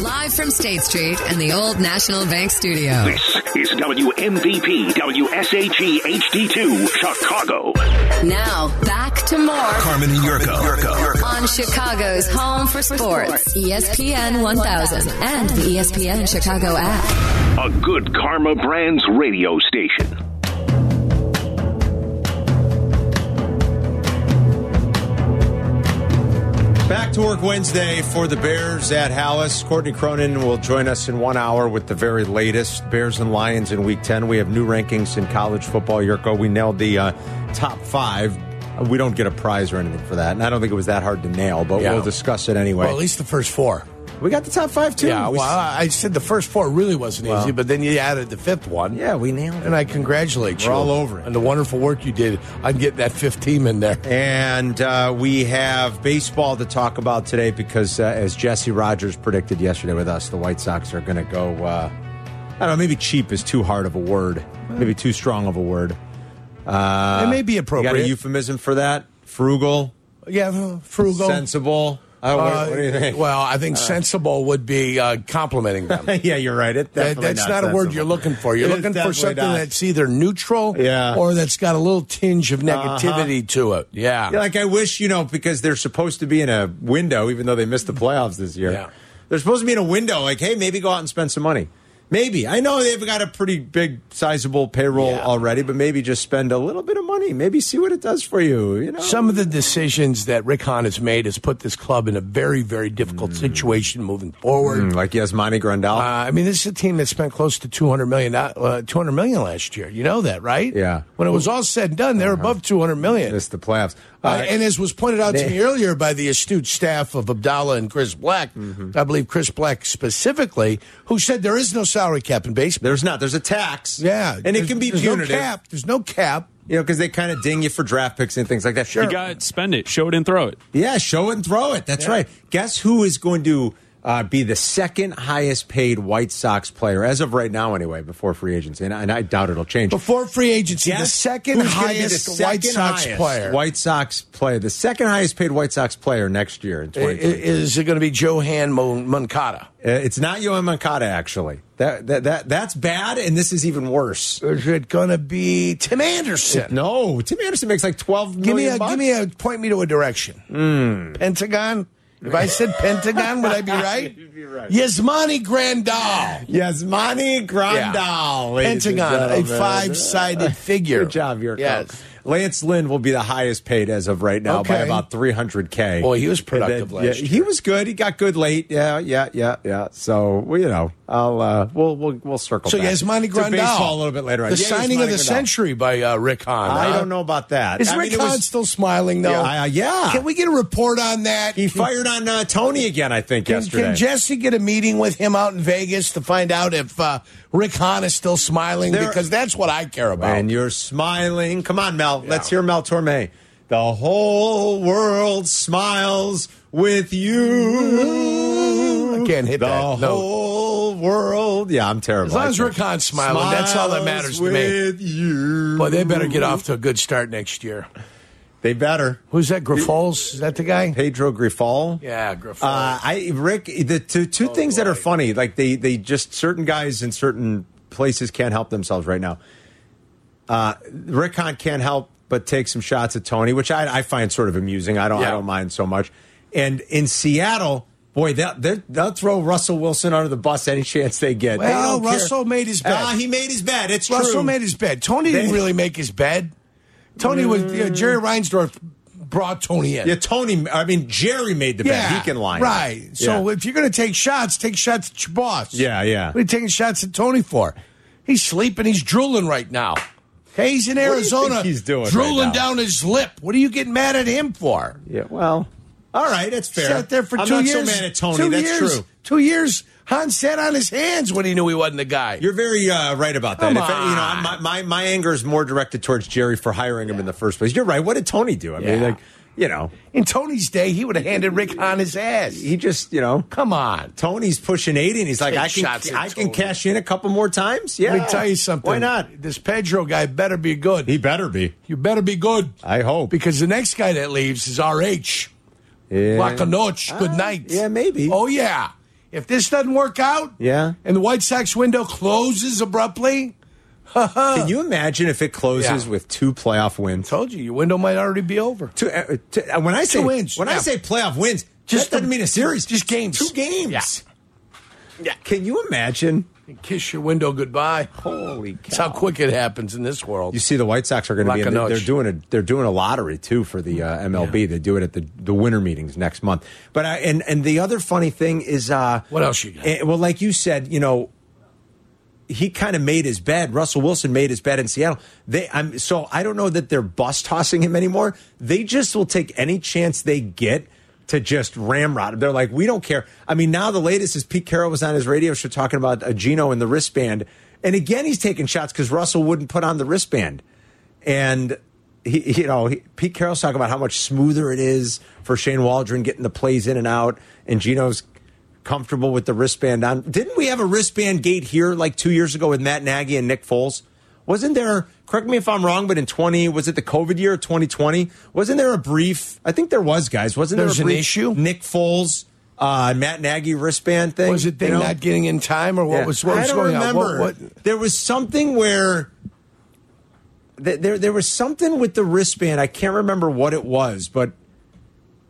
Live from State Street and the Old National Bank Studio. This is WMVP WSHE HD2 Chicago. Now, back to more Carmen and Yurko. on Chicago's Home for Sports, E ESPN 1000 and the E ESPN Chicago app. A good Karma Brands radio station. Back to work Wednesday for the Bears at Hallis. Courtney Cronin will join us in one hour with the very latest Bears and Lions in Week Ten. We have new rankings in college football. Yurko, we nailed the uh, top five. We don't get a prize or anything for that, and I don't think it was that hard to nail. But Yeah. we'll discuss it anyway. Well, at least the first four. we got the top five too. Yeah, We- well, I I said the first four really wasn't Well. easy, but then you added the fifth one. yeah, we nailed it. And I congratulate We're you. all over it. And the wonderful work you did on getting that fifth team in there. And uh, we have baseball to talk about today because, uh, as Jesse Rogers predicted yesterday with us, the White Sox are going to go. Uh, I don't know. Maybe cheap is too hard of a word. Maybe too strong of a word. Uh, It may be you Got appropriate. a euphemism for that? Frugal, Yeah, frugal. sensible. Uh, what, Uh, what do you think? Uh. Well, I think sensible would be uh, complimenting them. That- yeah, you're right. It definitely that's not, a word sensible. you're looking for. You're It is looking for definitely something not. that's either neutral Yeah. Uh-huh. or that's got a little tinge of negativity to it. Yeah. Yeah, like I wish, you know, because they're supposed to be in a window, even though they missed the playoffs this year. Yeah. They're supposed to be in a window. Like, hey, maybe go out and spend some money. Maybe I know they've got a pretty big, sizable payroll Yeah. already, but maybe just spend a little bit of money. Maybe see what it does for you. You know, Some of the decisions that Rick Hahn has made has put this club in a very, very difficult Mm. situation moving forward. like Yasmani Grandal. Uh, I mean, this is a team that spent close to 200 million, uh, 200 million last year. You know that, right? Yeah. Uh-huh. When it was all said and done, they're above 200 million. missed the playoffs. Uh, Uh, and as was pointed out to they- me earlier by the astute staff of Abdallah and Chris Black, Mm-hmm. I believe Chris Black specifically, who said there is no salary cap in baseball. there's not. There's a tax. yeah, and it there's- can be there's punitive. No cap. There's no cap. You know, because they kind of ding you for draft picks and things like that. Sure. You got spend it, show it, and throw it. Yeah, show it and throw it. That's right. Guess who is going to uh, be the second highest paid White Sox player as of right now, anyway, before free agency, and, and I doubt it'll change. Before free agency, Guess the second who's gonna be the highest second White Sox highest player. White Sox player, the second highest paid White Sox player next year in I- i- 2020. Is it going to be Johan Mon- Moncada? Uh, it's not Yohan Moncada actually. That, that that that's bad, and this is even worse. Or is it going to be Tim Anderson? No, Tim Anderson makes like twelve Give me million a bucks. give me a point me to a direction. Hmm. Pentagon. If I said Pentagon, would I be right? You'd be right. Yasmani Grandal. Yasmani Grandal, ladies and Pentagon, a gentlemen. five-sided figure. Good job, Yurko. Yes. Lance Lynn will be the highest paid as of right now by Okay. about 300K. Boy, he was productive And last yeah, year. He was good. He got good late. Yeah, yeah, yeah, yeah. So, well, you know, I'll uh, we'll we'll we'll circle So back. Yasmani To Grandal, baseball a little bit later on. The Yeah, signing Yasmani of the Grandal. century by uh, Rick Hahn. I huh? don't know about that. Is I Rick mean, it Hahn was- still smiling though? Yeah, I- yeah. Can we get a report on that? He Can- fired on uh, Tony again, I think, Can, yesterday. can Jesse get a meeting with him out in Vegas to find out if uh, Rick Hahn is still smiling? There- because that's what I care about. And you're smiling. Come on, Mel. Let's hear Mel Torme. The whole world smiles with you. I can't hit the that note. whole world. Yeah, I'm terrible. As long as I Rick can't. Hahn's smiling, that's all that matters to me. With you. Boy, they better get off to a good start next year. They better. Who's that? Griffols? Is that the guy? Pedro Grifal. Yeah, Griffols. Uh, I Rick, the two, Oh, two things that are funny, like they they just certain guys in certain places can't help themselves right now. Uh, Rick Hahn can't help but take some shots at Tony, which I, I find sort of amusing. I don't I Yeah. don't mind so much. And in Seattle, boy, they'll, they're- they'll throw Russell Wilson under the bus any chance they get. They Well, don't care. Russell made his bed. Ah, he made his bed. It's Russell true. made his bed. Tony didn't They- Mm. really make his bed. Tony was yeah, Jerry Reinsdorf brought Tony in. Yeah, Tony. I mean, Jerry made the bed. He can line up. Right. So Yeah. if you're going to take shots, take shots at your boss. Yeah, yeah. What are you taking shots at Tony for? He's sleeping. He's drooling right now. Okay, he's in do you Arizona. think he's doing right drooling now? down his lip. What are you getting mad at him for? Yeah, well, all right, that's fair. Sat there for I'm two not years. so mad at Tony. Two that's years, true. Two years, Han sat on his hands when he knew he wasn't the guy. You're very uh, right about that. Come If I- you know, on. my, my my anger is more directed towards Jerry for hiring him in the first place. You're right. What did Tony do? I mean, Yeah. like, you know, in Tony's day, he would have handed Rick Hahn his ass. he just, you know, Come on. Tony's pushing 80 and he's like, Take I can shots at I can Tony. cash in a couple more times. Yeah. Let me tell you something. Why not? This Pedro guy better be good. He better be. you better be good. I hope. Because the next guy that leaves is RH. Yeah. Ah, Lakanoch, good night. yeah, maybe. Oh, yeah. If this doesn't work out, Yeah. and the White Sox window closes abruptly, Can you imagine if it closes Yeah. with two playoff wins? told you your window might already be over. Two, uh, two- uh, when I say Two wins, when I yeah. say playoff wins, Just that doesn't the- mean a series, just games. two games. Yeah. Can you imagine? And kiss your window goodbye. Holy cow! That's how quick it happens in this world. You see, the White Sox are going to be. Like a nudge. They're doing a they're doing a lottery too for the uh, MLB. They do it at the the winter meetings next month. But I, and and the other funny thing is, uh, What else you got? eh, well, like you said, you know, he kind of made his bed. Russell Wilson made his bed in Seattle. They, I'm so I don't know that they're bus tossing him anymore. They just will take any chance they get to just ramrod him. They're like, we don't care. I mean, now the latest is Pete Carroll was on his radio show talking about uh, Gino and the wristband, and again he's taking shots because Russell wouldn't put on the wristband, and. He, he- you know, he, Pete Carroll's talking about how much smoother it is for Shane Waldron getting the plays in and out, and Gino's comfortable with the wristband on. Didn't we have a wristband gate here like two years ago with Matt Nagy and Nick Foles? Wasn't there? Correct me if I'm wrong, but in 20 was it the COVID year, 2020? Wasn't there a brief? I think there was, guys. Wasn't There's there a an brief issue? Nick Foles, uh, Matt Nagy wristband thing? was it they you know? not getting in time, or what Yeah. was what I was don't going remember. on? What, what? There was something where th- there there was something with the wristband. I can't remember what it was, but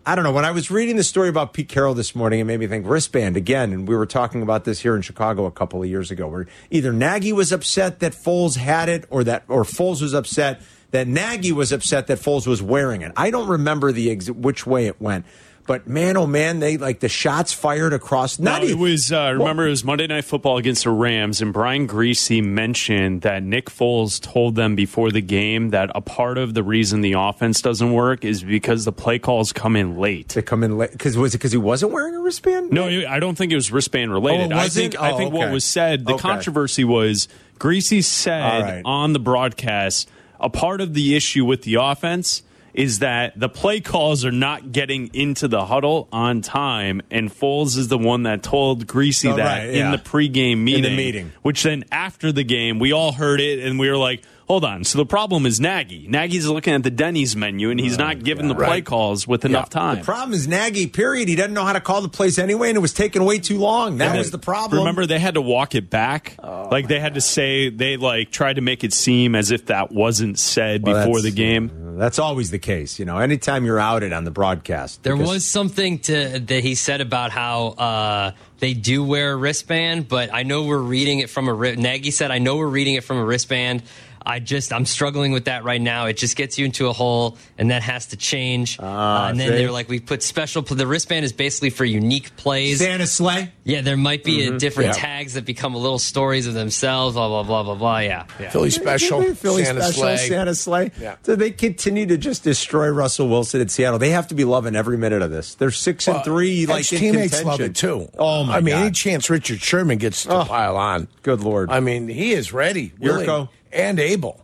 I don't know. When I was reading the story about Pete Carroll this morning, it made me think wristband again. And we were talking about this here in Chicago a couple of years ago, where either Nagy was upset that Foles had it, or that or Foles was upset that Nagy was upset that Foles was wearing it. I don't remember the ex- which way it went. But man, oh man, they like the shots fired across. Not No, it even- was. Uh, Well- remember, it was Monday Night Football against the Rams, and Brian Greasy mentioned that Nick Foles told them before the game that a part of the reason the offense doesn't work is because the play calls come in late. to come in late because was it because he wasn't wearing a wristband? No, it- I don't think it was wristband related. Oh, I was think it? I Oh, think okay. what was said, the Okay. controversy was Greasy All said right. on the broadcast, a part of the issue with the offense is that the play calls are not getting into the huddle on time, and Foles is the one that told Greasy Oh, that right, in yeah. the pregame meeting. meeting. Which then after the game, we all heard it, and we were like. Hold on. So the problem is Nagy. Nagy's looking at the Denny's menu and Oh, he's not giving the play Right. calls with enough time. The problem is Nagy. Period. He doesn't know how to call the plays anyway, and it was taking way too long. That And was then- the problem. Oh, Remember, they had to walk it back. like they had to say they like tried to make it seem as if that wasn't said Well, before that's- the game. Uh, That's always the case. You know, anytime you're outed on the broadcast, There because- was something to that he said about how uh, they do wear a wristband, but I know we're reading it from a wri- Nagy said I know we're reading it from a wristband. I just I'm struggling with that right now. It just gets you into a hole, and that has to change. Uh, and Ah, then see? they're like, we put special. Pl- the wristband is basically for unique plays. Santa Slay. yeah, there might be a different Mm-hmm. Yeah. tags that become a little stories of themselves. Blah blah blah blah blah. Yeah. yeah. Philly special, Philly Santa special, Slay. Santa Slay. Yeah. So they continue to just destroy Russell Wilson in Seattle. They have to be loving every minute of this. They're six and three. Well, like his in teammates contention. love it too. Oh my I mean, God. any chance Richard Sherman gets to pile on, Good Lord. I mean, he is ready, willing, Yurko. and able.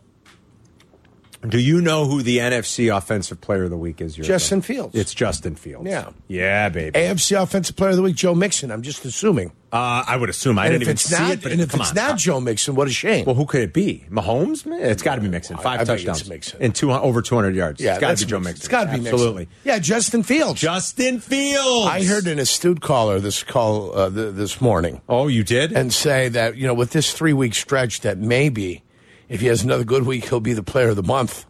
Do you know who the NFC Offensive Player of the Week is? Yurko? Justin Fields. It's Justin Fields. Yeah. Yeah, baby. AFC Offensive Player of the Week, Joe Mixon. I'm just assuming. Uh, I would assume. I and didn't if even it's see not, it. But and if come it's on. not Joe Mixon, what a shame. Well, who could it be? Mahomes? Man, It's got to be Mixon. Five I bet it's touchdowns Mixon. and two over 200 yards. it's got that's to be Joe Mixon. It's got to be Mixon. absolutely. Yeah, Justin Fields. Justin Fields. I heard an astute caller this call uh, th- this morning Oh, you did? and say that you know with this three week stretch that maybe if he has another good week he'll be the player of the month.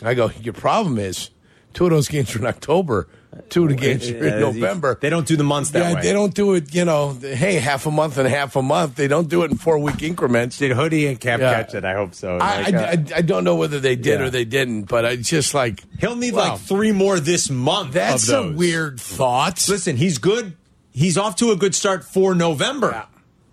I go. Your problem is two of those games are in October, two of the games are in Uh, November. They don't do the months that yeah, way. they don't do it. You know, the- hey, half a month and half a month. They don't do it in four week increments. Did Hoodie and Cap Yeah. catch it? I hope so. I, Like, I, uh, I, I don't know whether they did Yeah. or they didn't, but I just like he'll need wow, like three more this month. That's of a those. weird thought. Listen, he's good. He's off to a good start for November. Yeah.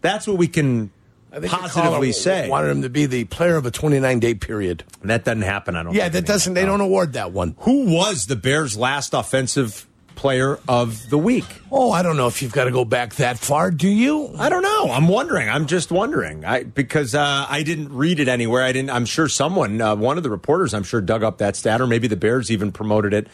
That's what we can I think the positively caller say. wanted him to be the player of a 29 day period. And that doesn't happen. I don't. Yeah, think, that anymore. doesn't. They don't award that one. Who was the Bears' last offensive player of the week? Oh, I don't know if you've got to go back that far. Do you? I don't know. I'm wondering. I'm just wondering. I because uh, I didn't read it anywhere. I didn't. I'm sure someone, uh, one of the reporters, I'm sure dug up that stat, or maybe the Bears even promoted it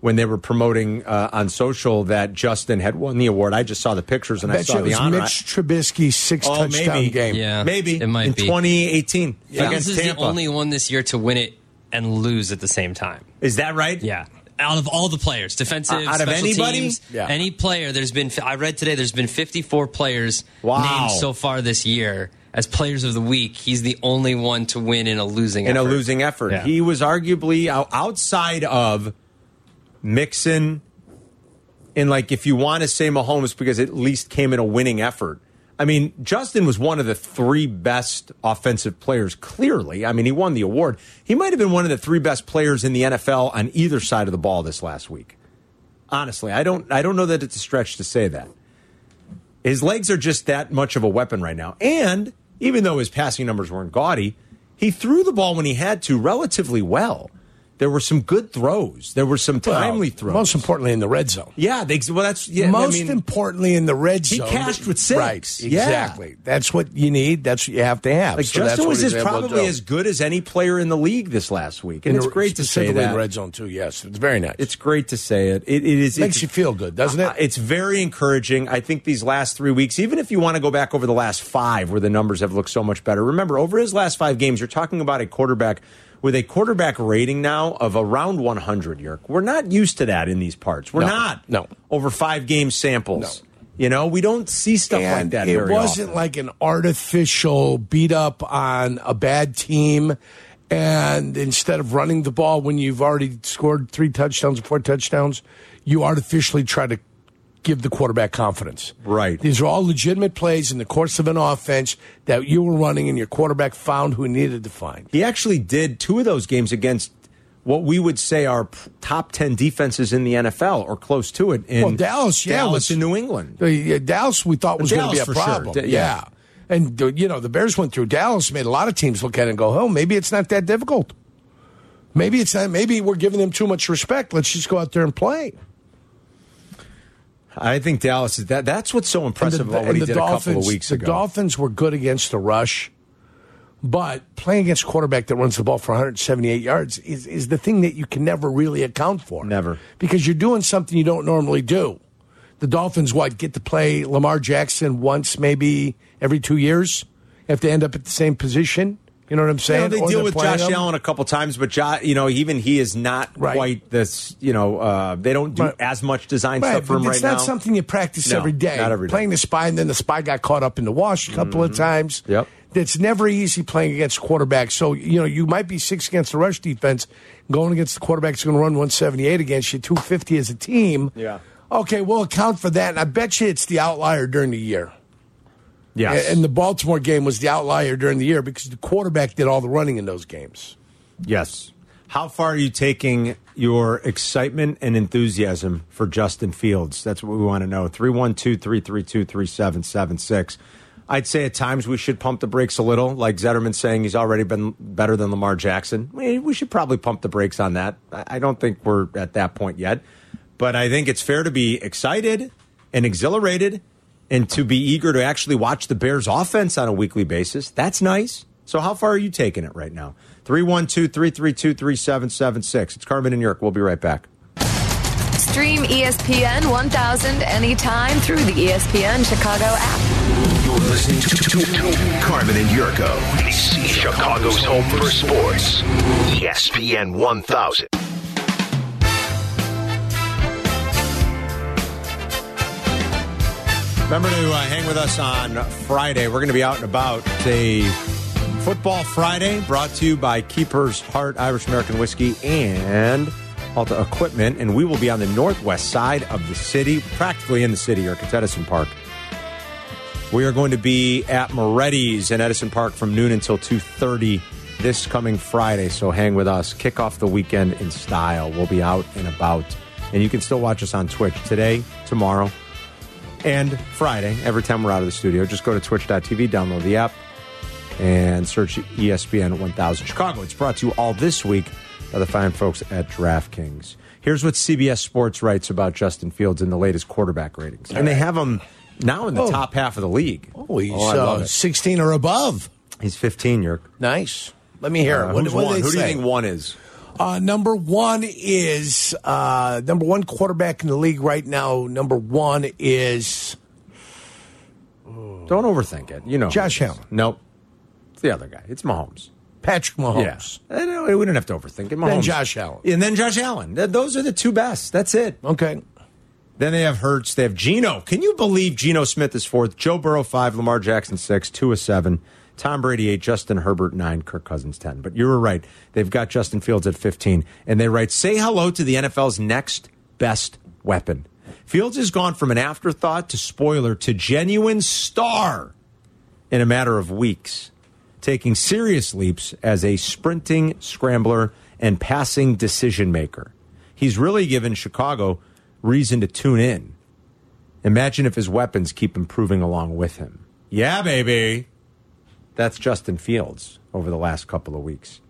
when they were promoting uh, on social that Justin had won the award. I just saw the pictures and I, bet saw you it the was honor. Mitch Trubisky's six Oh, touchdown maybe. game. Yeah. maybe it might in be. 2018 Fields against is Tampa. the only one this year to win it and lose at the same time. is that right? Yeah. out of all the players, defensive, Uh, out of special anybody? teams, Yeah. any player. There's been I read today. There's been 54 players Wow. named so far this year as players of the week. He's the only one to win in a losing in effort. a losing effort. Yeah. He was arguably o- outside of Mixon, and like if you want to say Mahomes, because at least came in a winning effort. I mean, Justin was one of the three best offensive players. Clearly, I mean, he won the award. He might have been one of the three best players in the NFL on either side of the ball this last week. Honestly, I don't, I don't know that it's a stretch to say that. His legs are just that much of a weapon right now. And even though his passing numbers weren't gaudy, he threw the ball when he had to relatively well. There were some good throws. There were some Well, timely throws. Most importantly, in the red zone. yeah, they, well, that's yeah. I most mean, importantly, in the red He zone, cashed with six. Right, Yeah. exactly. That's what you need. That's what you have to have. like So that's Justin what was he's as able to probably do. as good as any player in the league this last week, and In it's the- great to say specifically in that. the red zone too. Yes, it's very nice. It's great to say it. It, it is Makes it's- you feel good, doesn't it? Uh, It's very encouraging. I think these last three weeks, even if you want to go back over the last five, where the numbers have looked so much better. Remember, over his last five games, you're talking about a quarterback with a quarterback rating now of around 100. Yerk, we're not used to that in these parts. We're No. not. No. over five game samples. You know, we don't see stuff like And that. It very wasn't often. like an artificial beat up on a bad team. And instead of running the ball when you've already scored three touchdowns, four touchdowns, you artificially try to give the quarterback confidence. Right. These are all legitimate plays in the course of an offense that you were running and your quarterback found who he needed to find. He actually did two of those games against what we would say are p- top 10 defenses in the NFL or close to it in Well, Dallas, yeah, Dallas was- and New England. The- yeah, Dallas, we thought was going Dallas to for be a sure. problem. Da- yeah. yeah. And, uh, you know, the Bears went through Dallas, made a lot of teams look at it and go, oh, maybe it's not that difficult. Maybe it's not, maybe we're giving them too much respect. Let's just go out there and play. I think Dallas is that. That's what's so And impressive about what and he did a couple of weeks the ago. Dolphins were good against the rush, but playing against a quarterback that runs the ball for 178 yards is, is the thing that you can never really account for. Never. Because you're doing something you don't normally do. The Dolphins, what, get to play Lamar Jackson once maybe every two years if they end up at the same position? You know what I'm You saying? know, they Or deal they're with playing Josh them. Allen a couple times, but jo- you know even he is not Right. quite this. You know uh, they don't do Right. as much design stuff Right, for but him right it's not now. something you practice No, every day. not every day. Mm-hmm. Playing the spy, and then the spy got caught up in the wash a couple of times. Yep. That's never easy playing against quarterbacks. So, you know, you might be six against the rush defense. Going against the quarterback's going to run 178 against you, 250 as a team. Yeah. Okay, we'll account for that. And I bet you it's the outlier during the year. Yes. A- And the Baltimore game was the outlier during the year because the quarterback did all the running in those games. Yes. How far are you taking your excitement and enthusiasm for Justin Fields? That's what we want to know. 312 332 3776. I'd say at times we should pump the brakes a little, like Zetterman saying he's already been better than Lamar Jackson. We we should probably pump the brakes on that. I I don't think we're at that point yet, but I think it's fair to be excited and exhilarated and to be eager to actually watch the Bears offense on a weekly basis. That's nice. So how far are you taking it right now? 312-332-3776. It's Carmen and York. We'll be right back. Stream ESPN 1000 anytime through the ESPN Chicago app. You're listening to, to, to Carmen and Yurko. This is Chicago's home for sports. E ESPN 1000. Remember to uh, hang with us on Friday. We're going to be out and about. It's a Football Friday brought to you by Keeper's Heart Irish American Whiskey and Alta Equipment. And we will be on the northwest side of the city, practically in the city, York. It's Edison Park. We are going to be at Moretti's in Edison Park from noon until 2.30 this coming Friday. So hang with us. Kick off the weekend in style. We'll be out and about. And you can still watch us on Twitch today, tomorrow, and Friday. Every time we're out of the studio, just go to twitch.tv, download the app, and search E ESPN 1000 Chicago. It's brought to you all this week by the fine folks at DraftKings. Here's what CBS Sports writes about Justin Fields in the latest quarterback ratings. And they have him now in the Oh. top half of the league. Oh, he's I love uh, it. 16 or above. He's 15, Yerk. Nice. Let me hear Uh, it. What, who's what one? they Who do you say? think one is? Uh, number one is uh, number one quarterback in the league right now. Number one is Don't overthink it. You know. who Josh it is. Allen. Nope. It's the other guy. It's Mahomes. Patrick Mahomes. Yeah. I know, we didn't have to overthink it. Mahomes. Josh Allen. And then Josh Allen. Th- Those are the two best. That's it. Okay. Then they have Hurts. They have Geno. Can you believe Geno Smith is fourth? Joe Burrow five, Lamar Jackson six, Tua seven, Tom Brady eight, Justin Herbert nine, Kirk Cousins ten. But you were right. They've got Justin Fields at fifteen, and they write, "Say hello to the NFL's next best weapon." Fields has gone from an afterthought to spoiler to genuine star in a matter of weeks, taking serious leaps as a sprinting scrambler and passing decision maker. He's really given Chicago reason to tune in. Imagine if his weapons keep improving along with him. Yeah, baby. That's Justin Fields over the last couple of weeks.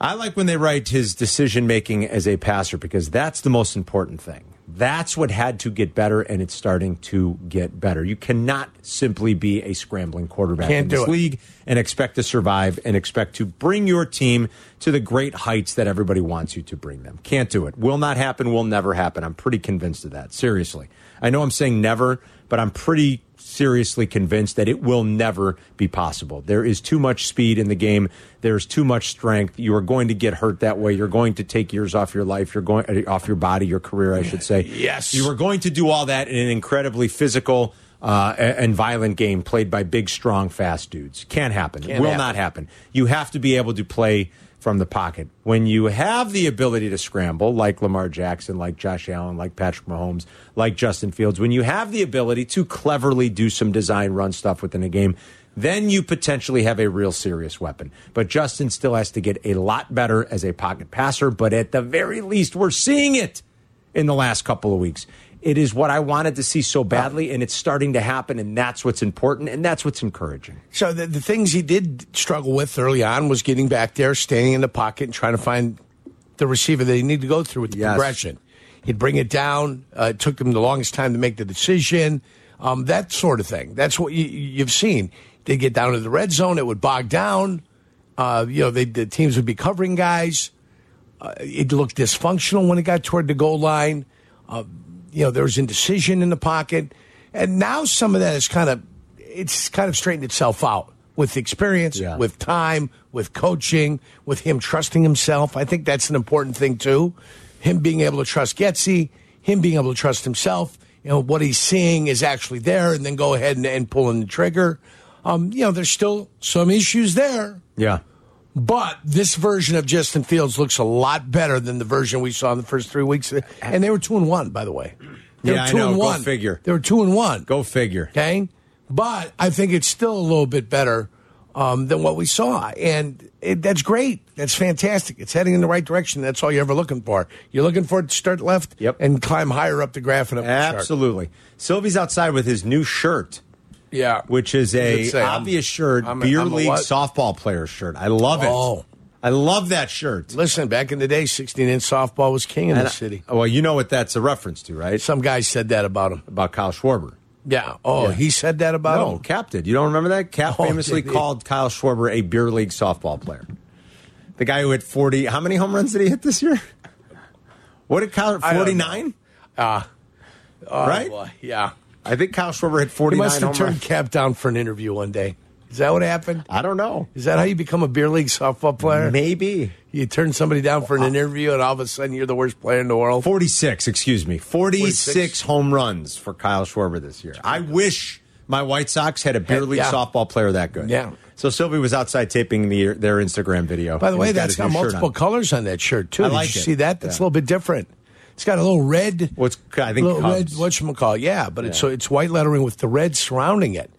I like when they write his decision making as a passer because that's the most important thing. That's what had to get better, and it's starting to get better. You cannot simply be a scrambling quarterback Can't in this do it. league and expect to survive and expect to bring your team to the great heights that everybody wants you to bring them. Can't do it. Will not happen, will never happen. I'm pretty convinced of that. Seriously. I know I'm saying never, but I'm pretty seriously convinced that it will never be possible. There is too much speed in the game. There's too much strength. You are going to get hurt that way. You're going to take years off your life. You're going eh, off your body, your career, I should say. Yes. You are going to do all that in an incredibly physical uh, a- and violent game played by big, strong, fast dudes. Can't happen. Will not happen. You have to be able to play from the pocket. When you have the ability to scramble, like Lamar Jackson, like Josh Allen, like Patrick Mahomes, like Justin Fields, when you have the ability to cleverly do some design run stuff within a game, then you potentially have a real serious weapon. But Justin still has to get a lot better as a pocket passer, but at the very least, we're seeing it in the last couple of weeks. It is what I wanted to see so badly, and it's starting to happen, and that's what's important, and that's what's encouraging. So the, the things he did struggle with early on was getting back there, standing in the pocket, and trying to find the receiver that he needed to go through with the Yes. progression. He'd bring it down. Uh, it took him the longest time to make the decision. Um, that sort of thing. That's what you, you've seen. They get down to the red zone. It would bog down. Uh, you know, they, the teams would be covering guys. Uh, it looked dysfunctional when it got toward the goal line. Uh, you know, there was indecision in the pocket, and now some of that is kind of it's kind of straightened itself out with experience, Yeah. with time, with coaching, with him trusting himself. I think that's an important thing too. Him being able to trust Getzey, him being able to trust himself. You know what he's seeing is actually there, and then go ahead and, and pulling the trigger. Um, you know, there's still some issues there, Yeah. but this version of Justin Fields looks a lot better than the version we saw in the first three weeks. And they were two and one, by the way. They Yeah, were I two know. and Go one. figure. They were two and one. Go figure. Okay. But I think it's still a little bit better um, than what we saw. And it, that's great. That's fantastic. It's heading in the right direction. That's all you're ever looking for. You're looking for it to start left Yep. and climb higher up the graph and up the chart. Absolutely. Sylvie's outside with his new shirt, Yeah. which is Does it a say I'm- obvious shirt, I'm a- beer I'm a league what? softball player shirt. I love it. Oh. I love that shirt. Listen, back in the day, 16 inch softball was king in And the I- city. well, you know what that's a reference to, right? Some guy said that about him. About Kyle Schwarber. Yeah. Oh, Yeah. he said that about No, him. Cap did. You don't remember that? Cap Oh, famously did he? called Kyle Schwarber a beer league softball player. The guy who hit 40. How many home runs did he hit this year? What did Kyle? I don't know. 49? Ah. right? Oh, Boy, yeah. I think Kyle Schwarber hit He 49 must home have turned runs. Cap down for an interview one day. Is that what happened? I don't know. Is that how you become a beer league softball player? Maybe. You turn somebody down for an interview, and all of a sudden you're the worst player in the world. 46, excuse me. 46, 46? home runs for Kyle Schwarber this year. I wish my White Sox had a beer Had- league yeah. softball player that good. Yeah. So Sylvie was outside taping the, their Instagram video. By the and way, he's that's his new got shirt multiple on. colors on that shirt too. I Did like you it. see that? That's Yeah. a little bit different. It's got a little red. Well, it's- I think little red. Cubs. What call? Yeah, but it's so it's white lettering with the red surrounding it.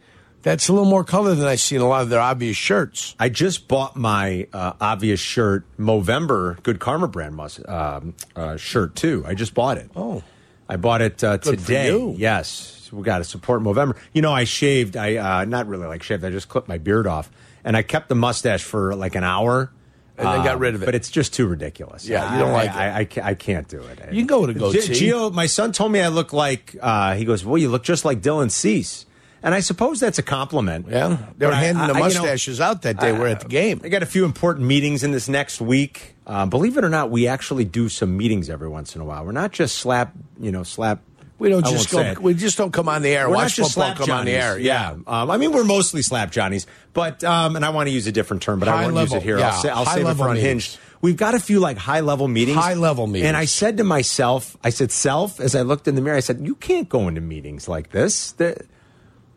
That's a little more color than I see in a lot of their obvious shirts. I just bought my uh, obvious shirt, Movember Good Karma brand mus- um, uh, shirt too. I just bought it. Oh. I bought it uh, Good for today. you. Yes, we got to support Movember. You know, I shaved. I uh, not really like shaved. I just clipped my beard off, and I kept the mustache for like an hour, And then got rid of it. But it's just too ridiculous. Yeah, I- you don't I- like I, I, ca- I can't do it. You can go with a G- goatee. Gio, my son told me I look like. Uh, he goes, "Well, you look just like Dylan Cease," and I suppose that's a compliment. Yeah, they were But I- handing the I- you know, mustaches out that day. we're at the game. I got a few important meetings in this next week. Uh, Um, believe it or not, we actually do some meetings every once in a while. We're not just slap, you know, slap We don't I just won't say go. it. We just don't come on the air. We're Watch not just football slap come on the Johnnies. air. Yeah. Um, I mean, we're mostly slap Johnnies, but, um, and I want to use a different term, but I High won't use level, it here. yeah. I'll, say, I'll High save it level for meetings. Unhinged. We've got a few like high level meetings. High level meetings. And I said to myself, I said, self, as I looked in the mirror, I said, you can't go into meetings like this. They're-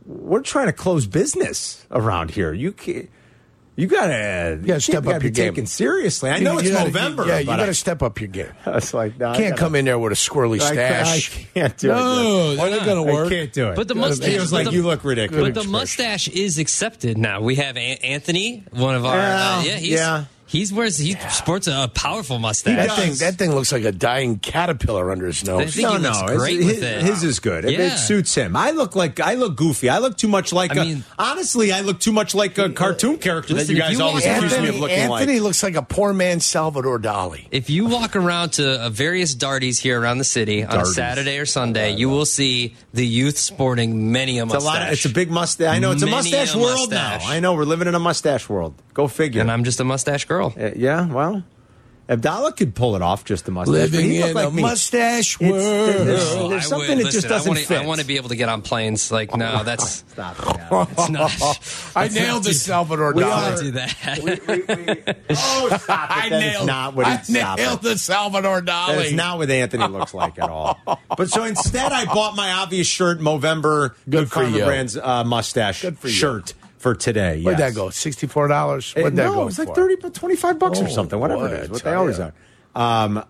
we're trying to close business around here. You can't. You gotta, you Yeah, step gotta up be your game. taken seriously. I You- know you it's gotta- November. Yeah, you but got to step up your game. I, I was like, no, I Can't gotta- come in there with a squirrely I can't- stash. I can't do it. No, Why they're not going to work. I can't do it. But the It mustache feels like but the- you look ridiculous. But the mustache is accepted now. We have An- Anthony, one of our Yeah, uh, yeah, he's, yeah. he's wears he sports a, a powerful mustache. He That does. thing, that thing looks like a dying caterpillar under his I nose. think he looks it's- great his, with it. his is good. It, it Yeah. suits him. I look like I look goofy. I look too much like. I a- mean- uh, honestly, I look too much like a cartoon character listen, that you if guys you always want- accuse me of Anthony, looking Anthony like. looks like a poor man Salvador Dali. If you walk around to uh, various darties here around the city on a Darties. Saturday or Sunday, you will see the youth sporting many a It's mustache. a lot. Of, it's a big mustache. I know it's a Many mustache a world mustache. now. I know we're living in a mustache world. Go figure. and I'm just a mustache girl. Uh, yeah. Well, Abdallah could pull it off just the mustache. but Living he looked in like a me. mustache It's- world. There's, No, there's I something would- that listen, just doesn't I wanna, fit. Oh. I want to be able to get on planes. Like, no, that's Stop. That. it's not. I nailed the Salvador We I are- Dali. do that. oh, stop! I it. That is nailed. not what I it's nailed the Salvador That is Dali. not what Anthony looks like at all. But so instead, I bought my obvious shirt, Movember, Good Good for Karma you. Brands uh, mustache Good for you. shirt for today. Where'd yes. that go? Sixty-four dollars. It, Where'd that no, go? it was like for? 30, but 25 bucks or Oh, something, whatever boy, it is, I what they tell always ya. are. Um,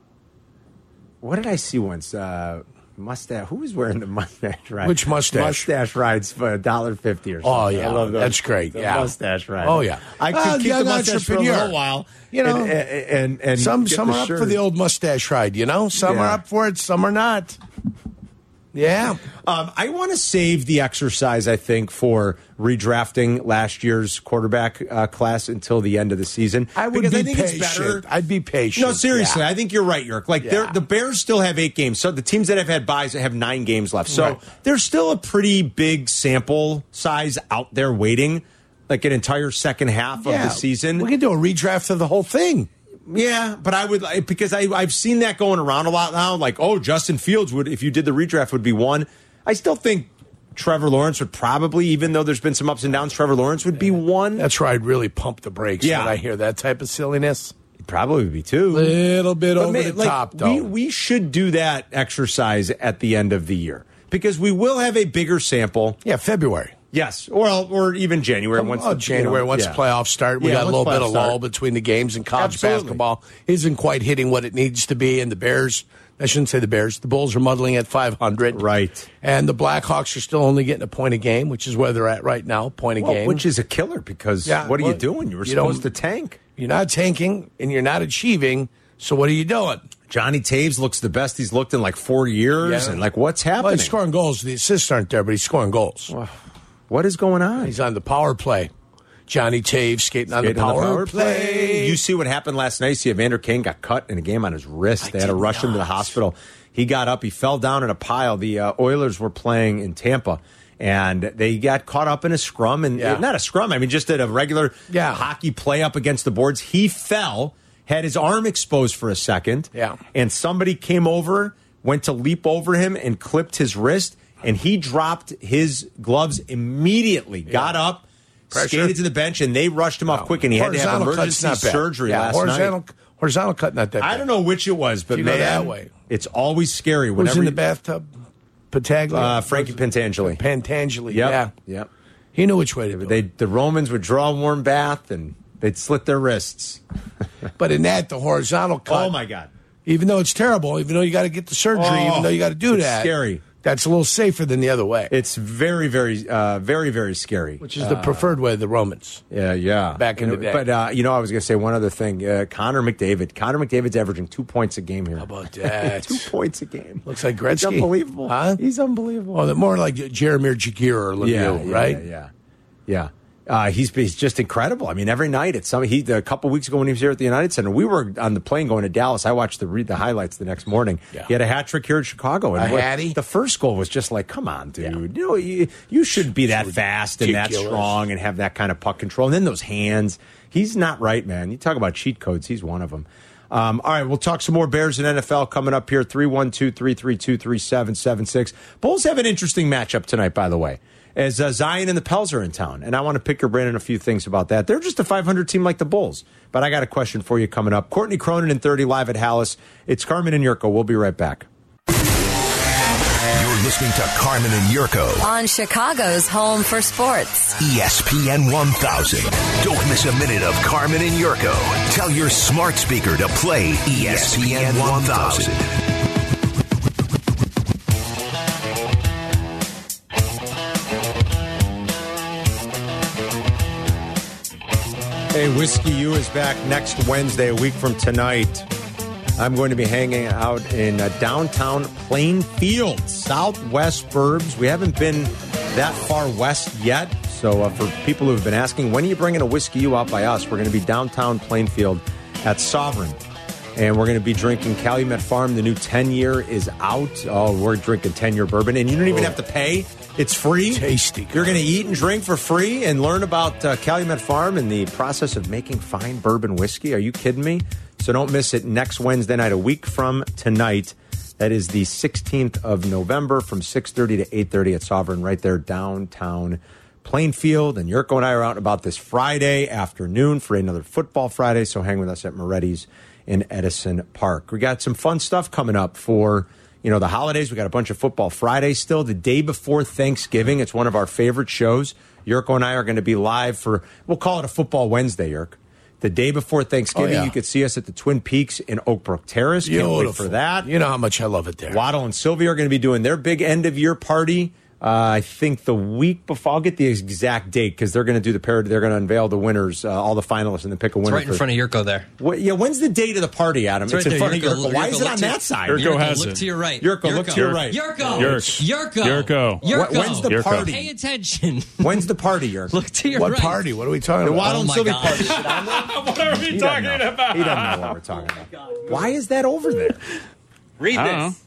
what did I see once? Uh, mustache. Who was wearing the mustache ride? Which mustache? Mustache rides for a dollar fifty or something. Oh, yeah. I love those. That's great, The yeah. mustache ride. Oh, yeah. I could Ah, keep young the mustache for a entrepreneur. little while. You know, and and, and, and uh, Some get some the are up for shirt. the old mustache ride. You know, some are Yeah. up for it, some are not. Yeah. Um, I want to save the exercise, I think, for redrafting last year's quarterback uh, class until the end of the season. I would Because be I think it's better. patient. I'd be patient. No, seriously, Yeah. I think you're right, York. Like they're Yeah. the Bears still have eight games, so the teams that have had buys have nine games left. So Right. there's still a pretty big sample size out there waiting, like an entire second half of Yeah. the season. We can do a redraft of the whole thing. Yeah, but I would like because I I've seen that going around a lot now. Like, oh, Justin Fields would if you did the redraft would be one. I still think Trevor Lawrence would probably, even though there's been some ups and downs, Trevor Lawrence would be one. That's where I'd really pump the brakes Yeah. when I hear that type of silliness. He'd probably be two. Little bit But over man, the like, top, though. We, we should do that exercise at the end of the year because we will have a bigger sample. yeah, February. Yes, or or even January once oh, the- you January, know, once yeah. the playoffs start, we Yeah, got a once little bit playoffs of lull start. between the games, and college Absolutely. basketball isn't quite hitting what it needs to be. And the Bears, I shouldn't say the Bears, the Bulls are muddling at 500. Right. And the Blackhawks are still only getting a point a game, which is where they're at right now, point a Well, game. which is a killer because Yeah, what are well, you doing? You were you supposed to don't- tank. you're not tanking and you're not achieving. So what are you doing? Johnny Taves looks the best he's looked in like four years, Yeah. and like what's Well, happening? he's scoring goals. The assists aren't there, but he's scoring goals. what is going on? He's on the power play. Johnny Taves skating on the power, play. You see what happened last night. You See, Evander Kane got cut in a game on his wrist. they had to did rush him to the not. hospital. He got up. He fell down in a pile. The uh, Oilers were playing in Tampa, and they got caught up in a scrum, and Yeah. not a scrum. I mean, just at a regular Yeah. hockey play up against the boards. He fell, had his arm exposed for a second, Yeah. and somebody came over, went to leap over him, and clipped his wrist, and he dropped his gloves immediately. Got up. Pressure. Skated to the bench and they rushed him off quick, and he had to have Horizontal cut's emergency not bad. surgery Yeah, last horizontal, night. Horizontal cut, not that. I bad. don't know which it was, but If you go man, that way. it's always scary. Who's Whenever in the you- bathtub? Pataglia, Uh, Frankie Pentangeli. Pantangeli. Yep, Yeah, yep. he knew which way to do They it. the Romans would draw a warm bath and they'd slit their wrists. Oh But in that, the horizontal cut. Oh my god! Even though it's terrible, even though you got to get the surgery, Oh, even though you got to do it's that, scary. That's a little safer than the other way, It's very, very, uh, very, very scary. which is the preferred way of the Romans. Yeah, yeah. Back in the day. But uh, you know, I was going to say one other thing. Uh, Connor McDavid. Connor McDavid's averaging two points a game here. How about that? two points a game. Looks like He's Gretzky. unbelievable. Huh? He's unbelievable. Well, more like Jeremiah Jaguar or Lemieux, right? Yeah, yeah. yeah. Uh, he's he's just incredible. I mean, every night it's some. He a couple weeks ago when he was here at the United Center, we were on the plane going to Dallas. I watched the read the highlights the next morning. Yeah. He had a hat trick here in Chicago. A what- hattie? The first goal was just like, come on, dude. You know, you, you should be that fast and that ridiculous. strong and have that kind of puck control. And then those hands. He's not right, man. You talk about cheat codes. He's one of them. Um, all right, we'll talk some more Bears and NFL coming up here 312 332 3776. Bulls have an interesting matchup tonight, by the way, as uh, Zion and the Pels are in town. And I want to pick your brain on a few things about that. They're just a 500 team like the Bulls. But I got a question for you coming up. Courtney Cronin and 30 live at Hallis. It's Carmen and Yurko. We'll be right back. You're listening to Carmen and Yurko, E On Chicago's home for sports. ESPN 1000. Don't miss a minute of Carmen and Yurko. Tell your smart speaker to play E ESPN 1000. Hey, Whiskey U is back next Wednesday, a week from tonight. I'm going to be hanging out in uh, downtown Plainfield, southwest burbs. We haven't been that far west yet. So, uh, for people who have been asking, when are you bringing a Whiskey U out by us? We're going to be downtown Plainfield at Sovereign. And we're going to be drinking Calumet Farm. The new 10 year is out. Oh, we're drinking 10 year bourbon. And you don't even have to pay, it's free. Tasty. You're going to eat and drink for free and learn about uh, Calumet Farm and the process of making fine bourbon whiskey. Are you kidding me? So don't miss it next Wednesday night, a week from tonight. That is the 16th of November from 6:30 to 8:30 at Sovereign, right there downtown Plainfield. And Yurko and I are out and about this Friday afternoon for another football Friday. So hang with us at Moretti's in Edison Park. We got some fun stuff coming up for you know the holidays. We got a bunch of football Fridays still. The day before Thanksgiving, it's one of our favorite shows. Yurko and I are going to be live for we'll call it a football Wednesday, Yurk. The day before Thanksgiving, Oh, yeah. you could see us at the Twin Peaks in Oakbrook Terrace. Can't wait for that. You know how much I love it there. Waddle and Sylvia are going to be doing their big end of year party. Uh, I think the week before. I'll get the exact date because they're going to do the parody. They're going to unveil the winners, uh, all the finalists, and then pick a winner. It's right in for- front of Yurko there. Wh- yeah, when's the date of the party, Adam? It's, right in there. front of Yurko, Yurko. Why Yurko, is it look on to- that side? Yurko Yurko, has look it. to your right. Yurko, look to your right. Yurko. Yurk. Yurko. Yurko. Yurko. Wh- when's the Yurko. party? Pay attention. When's the party, Yurko? look to your what right. party? What are we talking the about? Waddle Oh and my Sylvia God. party. Should I know? What are we He doesn't know. He doesn't know what we're talking about. Why is that over there? Read I don't know. this. Um,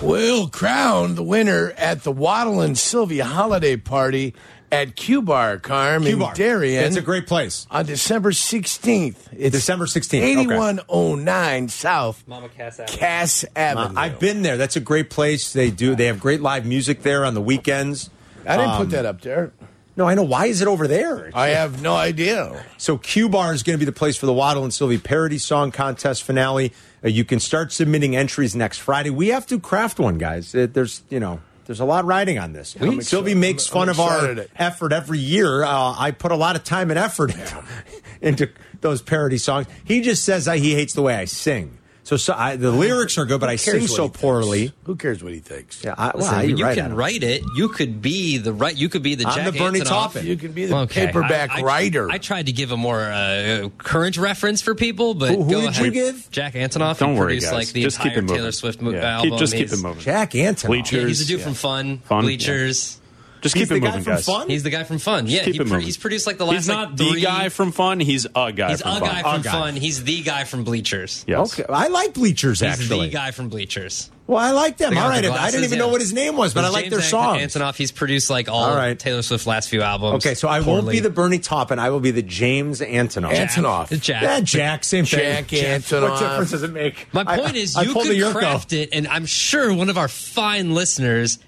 will crown the winner at the Waddle and Sylvia holiday party at Q Bar, Carm in Q-Bar. Darien. It's a great place. on December 16th. It's December 16th, okay. 8109 South Mama Cass Avenue. Cass Uh, Avenue. I've been there. That's a great place. They do. They have great live music there on the weekends. I didn't Um, put that up there. No, I know. Why is it over there? I have no idea. So Q Bar is going to be the place for the Waddle and Sylvie parody song contest finale. Uh, you can start submitting entries next Friday. We have to craft one, guys. Uh, there's, you know, there's a lot riding on this. Sylvie excited. makes I'm- fun I'm of our excited. effort every year. Uh, I put a lot of time and effort into, into those parody songs. He just says I, he hates the way I sing. So, so I, the lyrics are good, but I Who cares sing what so he thinks? poorly. Who cares what he thinks? Yeah, I, well, Listen, I- you Ah, you're right, can Adam. write it. You could be the right. You could be the I'm Jack the Bernie Antonoff. Taupin. You can be the Okay, paperback I- I- writer. I tried to give a more uh, current reference for people, but Who- who go did ahead. you give? Jack Antonoff? Don't who worry, produced, guys. Like the just keep entire it moving. Taylor Swift mo- Yeah. album. Keep- just keep He's- it moving. Jack Antonoff. Yeah, Bleacher. he's a dude from Fun, Fun, yeah. Bleachers. Just He's keep the it guy moving, from guys. Fun? He's the guy from Fun. Just yeah, keep he it pro- moving. he's produced like the last He's not like, the three. guy from Fun. He's a guy. He's a from Fun. guy from A guy. Fun. He's the guy from Bleachers. Yes. Okay, I like Bleachers He's actually. the guy from Bleachers. Well, I like them. The guy All with right, the I didn't glasses, even yeah. know what his name was, but I He's like James their An- songs. Antonoff. He's produced like all, All of right. Taylor Swift's last few albums. Okay, so I won't poorly. be the Bernie Taupin. I will be the James Antonoff. Antonoff. It's Jack. Yeah, Jack, same Jack thing. Antonoff. What difference does it make? My I- point is, I you pulled a could Yurko. craft it, and I'm sure one of our fine listeners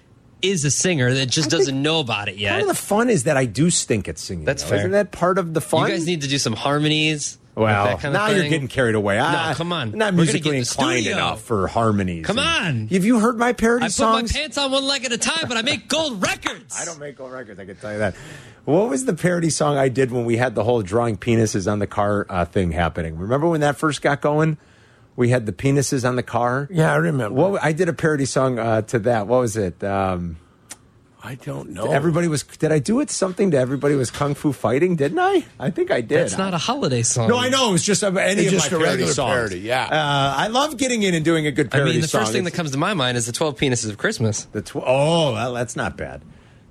is a singer that just I think- doesn't know about it Part yet. of the fun is that I do stink at singing. That's though. fair. Isn't that part of the you fun? guys need to do some harmonies. Well, that kind of now thing. you're getting carried away. I, come on. I'm We're not gonna get musically in the inclined studio. enough for harmonies. Come And- on. Have you heard my parody I put my songs? pants on one leg at a time, but I make gold records. I don't make gold records. I can tell you that. What was the parody song I did when we had the whole drawing penises on the car uh, thing happening? Remember when that first got going? We had the penises on the car. yeah, I remember. What I did a parody song uh, to that. What was it? Um, I don't know. Everybody was. Did I do it something to everybody was kung fu fighting? Didn't I? I think I did. It's not a holiday song. no, I know it was just uh, any of It's just my a parody regular songs. parody, yeah. uh, I love getting in and doing a good I parody mean, the song. first thing that It's- comes to my mind is the 12 penises of Christmas. The tw- oh, well, that's not bad.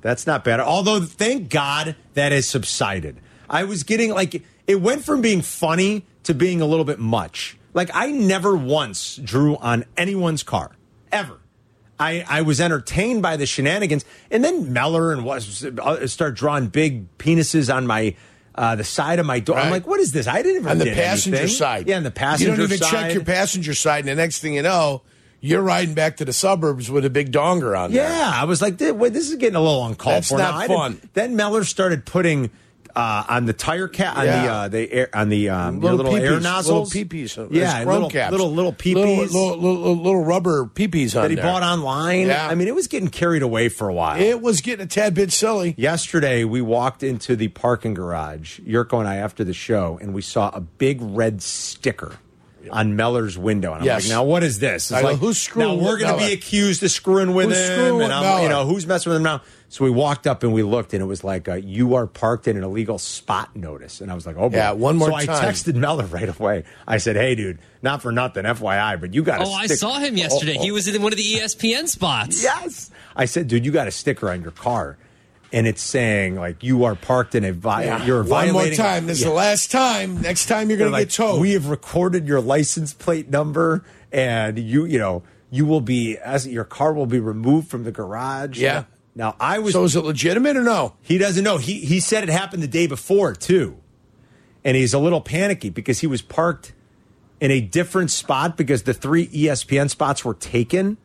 That's not bad. Although, thank God that has subsided. I was getting like it went from being funny to being a little bit much. Like I never once drew on anyone's car ever. I, I was entertained by the shenanigans, and then Meller and was uh, started drawing big penises on my uh, the side of my door. I'm Right. like, what is this? I didn't even on the did passenger anything. side. Yeah, on the passenger You don't even side. check your passenger side, and the next thing you know, you're riding back to the suburbs with a big donger on. there. Yeah, I was like, "Th- wait, this is getting a little uncalled That's for. not now. I didn't- fun. Then Mellor started putting uh, on the tire cap on the Yeah. uh, the air, on the um, your Little, little, peepees, air nozzles, little peepees, uh, yeah, those and chrome little, caps, little little peepees little, little, little, little rubber peepees on that he there. bought online. Yeah. I mean, it was getting carried away for a while. It was getting a tad bit silly. Yesterday, we walked into the parking garage, Yurko and I, after the show, and we saw a big red sticker on Mellor's window. And I'm Yes. like, now what is this? It's I go, like, "Who's screwing Now we're with going to Mellor?" be accused of screwing with Who's him. screwing with and I'm, you Mellor? know, who's messing with him now? So we walked up and we looked, and it was like, uh, you are parked in an illegal spot notice. And I was like, oh, boy. Yeah, one more so I time. texted Mellor right away. I said, hey, dude, not for nothing, FYI, but you got to Oh, I saw him yesterday. Oh, He was in one of the E ESPN spots. Yes. I said, dude, you got a sticker on your car. And it's saying, like, you are parked in a vi- You're One violating. more time. This is the last time. Next time you're They're going to like, get towed. We have recorded your license plate number and you, you know, you will be, as your car will be removed from the garage. Yeah. Now, I was, so is it legitimate or no? he doesn't know. He, he said it happened the day before, too. And he's a little panicky because he was parked in a different spot because the three E ESPN spots were taken.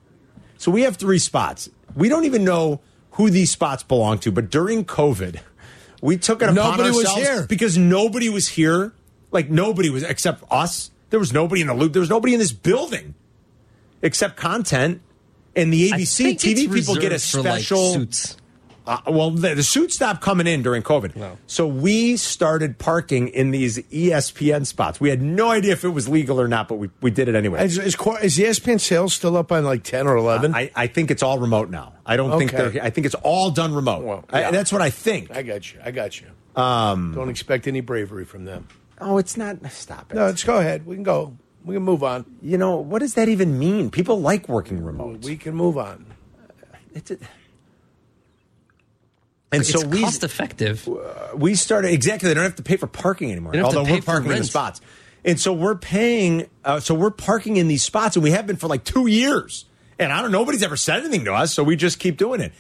So we have three spots. We don't even know who these spots belong to, but during COVID, we took it upon Nobody was ourselves here. because nobody was here. Like nobody was except us. There was nobody in the loop. There was nobody in this building except content and the I ABC think it's TV people get a reserved for, like, special suits. uh, well, the, the suit stopped coming in during COVID. So we started parking in these E ESPN spots. We had no idea if it was legal or not, but we, we did it anyway. Is, is, cor- E is the ESPN sales still up on like 10 or 11? I, I think it's all remote now. I don't think Okay. they're. I think it's all done remote. Well, I- yeah. that's what I think. I got you. I got you. Don't expect any bravery from them. oh, it's not. Stop it. No, let's go ahead. We can go. We can move on. you know what does that even mean? People like working remote. We can move on. It's a- and It's so we cost effective. we started exactly. They don't have to pay for parking anymore. They don't have to Although pay we're for parking in the rent. spots, and so we're paying. Uh, so we're parking in these spots, and we have been for like two years. And I don't. Nobody's ever said anything to us, so we just keep doing it.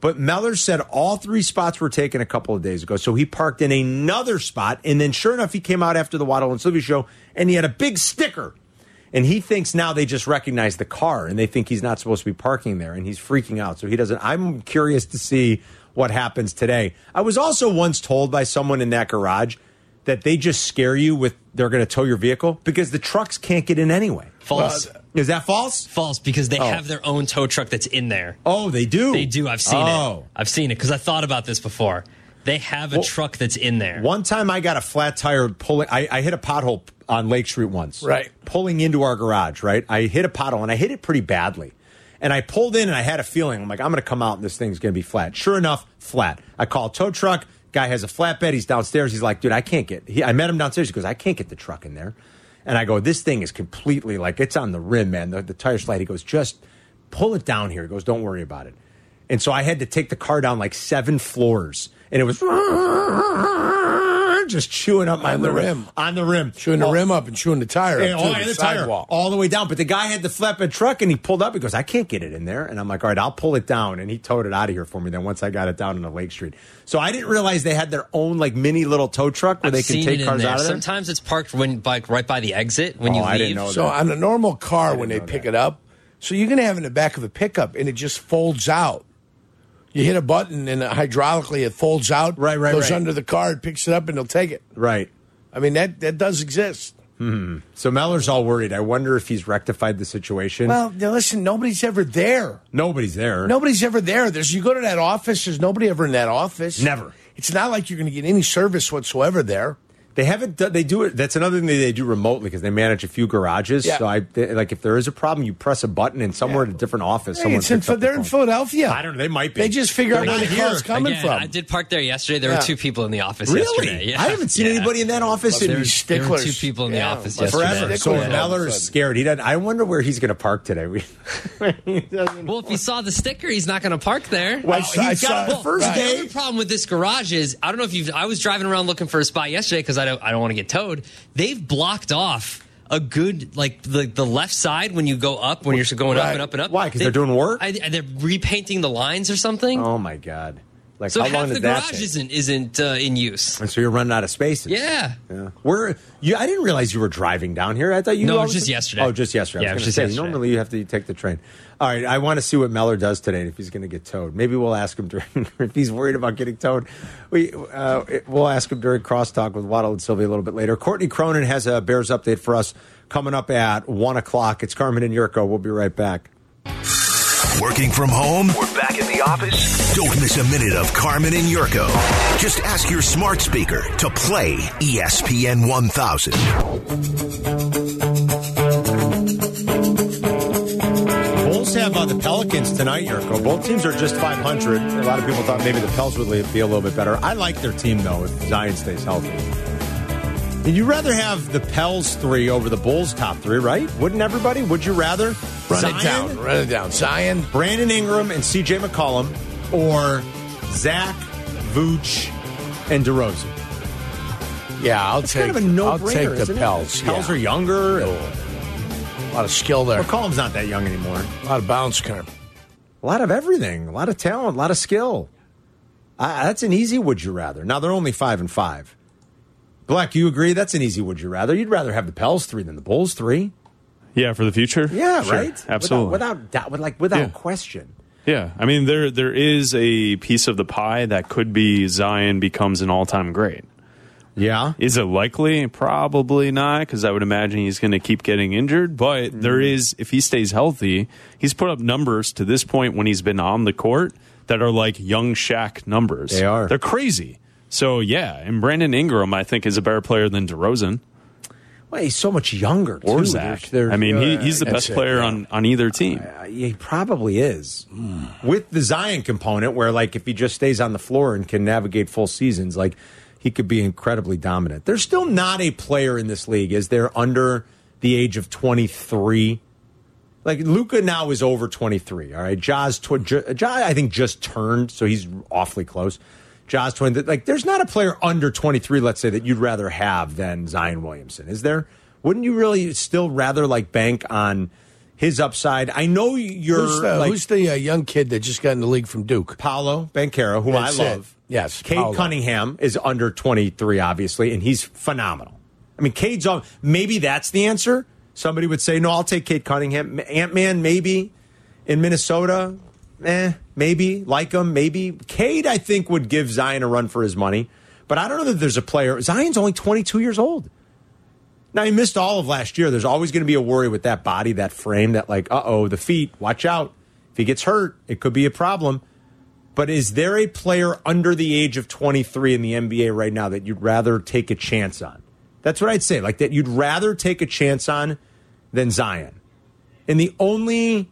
But Mellor said all three spots were taken a couple of days ago, so he parked in another spot, and then sure enough, he came out after the Waddle and Sylvie show, and he had a big sticker. And he thinks now they just recognize the car and they think he's not supposed to be parking there and he's freaking out. So he doesn't. I'm curious to see what happens today. I was also once told by someone in that garage that they just scare you with they're going to tow your vehicle because the trucks can't get in anyway. Uh, False. Is that false? False because they have their own tow truck that's in there. Oh, they do. They do. I've seen oh. it. I've seen it because I thought about this before. They have a Well, truck that's in there. One time I got a flat tire pulling. I, I hit a pothole on Lake Street once. Right. Pulling into our garage, right? I hit a pothole and I hit it pretty badly. And I pulled in and I had a feeling I'm like, I'm going to come out and this thing's going to be flat. Sure enough, flat. I call a tow truck. Guy has a flatbed. He's downstairs. He's like, dude, I can't get. He, I met him downstairs. He goes, I can't get the truck in there. And I go, this thing is completely like, it's on the rim, man. The, the tire slide. He goes, just pull it down here. He goes, don't worry about it. And so I had to take the car down like seven floors, and it was just chewing up my On the liver. rim. on the rim, Chewing the All- rim up and chewing the tire and up. all too, and oh, the the tire sidewall. all the way down. But the guy had the flatbed truck, and he pulled up. He goes, I can't get it in there, and I'm like, all right, I'll pull it down, and he towed it out of here for me. Then once I got it down into Lake Street, so I didn't realize they had their own like mini little tow truck where I've they seen can it take in cars there. out of there. Sometimes it's parked when like right by the exit when Oh, you leave. I didn't know So that. on a normal car, when they didn't know pick that. it up, so you're going to have it in the back of a pickup, and it just folds out. You hit a button, and hydraulically it folds out. Right, right, Goes right. under the car, it picks it up, and they'll take it. Right. I mean that that does exist. So Mellor's all worried. I wonder if he's rectified the situation. Well, now listen, nobody's ever there. Nobody's there. Nobody's ever there. There's you go to that office. There's nobody ever in that office. Never. It's not like you're going to get any service whatsoever there. They haven't. Done, they do it. That's another thing that they do remotely because they manage a few garages. Yeah. So I they, like if there is a problem, you press a button and somewhere in a different office, Hey, someone it's in, picks up the they're in phone. Philadelphia. I don't know. They might be. They just figure out They're where the not car's here. coming Again, from. I did park there yesterday. There Yeah. were two people in the office Really? yesterday. Yeah. I haven't seen Yeah. anybody in that office Must in be There were two sticklers. people in the Yeah, office must be yesterday. forever. Sticklers So all of a Mellor's sudden. scared. He doesn't. I wonder where he's going to park today. We, Well, if he saw the sticker, he's not going to park there. Oh, well, I he saw- I got saw- it the first Right. The day. other problem with this garage is I don't know if you've. I was driving around looking for a spot yesterday because I don't. I don't want to get towed. They've blocked off a good like the the left side when you go up when you're going up Right. and up and up. Why? 'Cause They- they're doing work? I, they're repainting the lines or something. Oh my god. Like So how long half did the that garage take? isn't isn't uh, in use. and so you're running out of spaces. Yeah. Yeah. Where you? I didn't realize you were driving down here. I thought you. No, it was always- just yesterday. Oh, just yesterday. Yeah, I it was, was going just to say yesterday. normally you have to take the train. All right, I want to see what Meller does today and if he's going to get towed. Maybe we'll ask him during if he's worried about getting towed. We uh, we'll ask him during crosstalk with Waddle and Sylvia a little bit later. Courtney Cronin has a Bears update for us coming up at one o'clock. It's Carmen and Yurko. We'll be right back. Working from home? We're back in the office? Don't miss a minute of Carmen and Yurko. Just ask your smart speaker to play E ESPN 1000. Bulls have uh, the Pelicans tonight, Yurko. Both teams are just 500. A lot of people thought maybe the Pels would be a little bit better. I like their team, though, if Zion stays healthy. And you'd rather have the Pels three over the Bulls top three, right? Wouldn't everybody? Would you rather? Run Zion, it down. Run it down. Zion. Brandon Ingram and CJ McCollum, or Zach, Vooch, and DeRozan. Yeah, I'll It's take. kind of a no-brainer. I'll take the isn't it? Pels. Pels yeah. are younger. a lot of skill there. McCollum's not that young anymore. A lot of bounce, Carm. A lot of everything, a lot of talent, a lot of skill. I, that's an easy would you rather. Now they're only five and five. Black, you agree? That's an easy would you rather. You'd rather have the Pels three than the Bulls three. Yeah, for the future. Yeah, Sure. right. Absolutely. Without, without doubt, with like without Yeah. question. yeah, I mean there there is a piece of the pie that could be Zion becomes an all time great. Yeah. Is it likely? Probably not, because I would imagine he's going to keep getting injured. But Mm. there is, if he stays healthy, he's put up numbers to this point when he's been on the court that are like young Shaq numbers. They are. They're crazy. So yeah, and Brandon Ingram, I think, is a better player than DeRozan Well, he's so much younger. or too. Zach. There's- I mean, he, uh, he's the that's best it, player yeah. on on either team. he probably is with the Zion component, where like if he just stays on the floor and can navigate full seasons, like he could be incredibly dominant. There's still not a player in this league, is there, under the age of 23? Like Luca now is over 23. All right, Jaws, tw- J- Ja, I think just turned, so he's awfully close. Jaws twin, like there's not a player under 23, let's say, that you'd rather have than Zion Williamson, is there? Wouldn't you really still rather like bank on his upside? I know you're Who's the, like who's the uh, young kid that just got in the league from Duke? Paolo Banquero, who That's I it. love. Yes, Cade Paolo. Cunningham is under 23, obviously, and he's phenomenal. I mean, Cade's on. Maybe that's the answer. Somebody would say, no, I'll take Cade Cunningham. Ant Man, maybe. In Minnesota, eh, maybe. Like him, maybe. Cade, I think, would give Zion a run for his money. But I don't know that there's a player. Zion's only 22 years old. Now, he missed all of last year. There's always going to be a worry with that body, that frame, that, like, uh oh, the feet, watch out. If he gets hurt, it could be a problem. But is there a player under the age of 23 in the NBA right now that you'd rather take a chance on? That's what I'd say. Like that you'd rather take a chance on than Zion. And the only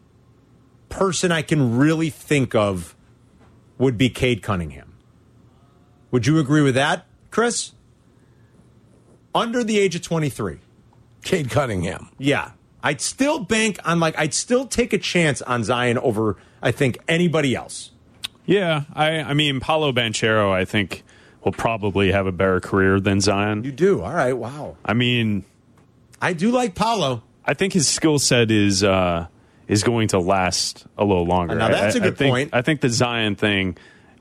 person I can really think of would be Cade Cunningham. Would you agree with that, Chris? Under the age of 23. Cade Cunningham. Yeah. I'd still bank on like I'd still take a chance on Zion over I think anybody else. Yeah, I I mean, Paolo Banchero, I think, will probably have a better career than You Zion. do. All right. Wow. I mean. I do like Paolo. I think his skill set is uh, is going to last a little longer. Now, that's I- a I- I good think- point. I think the Zion thing.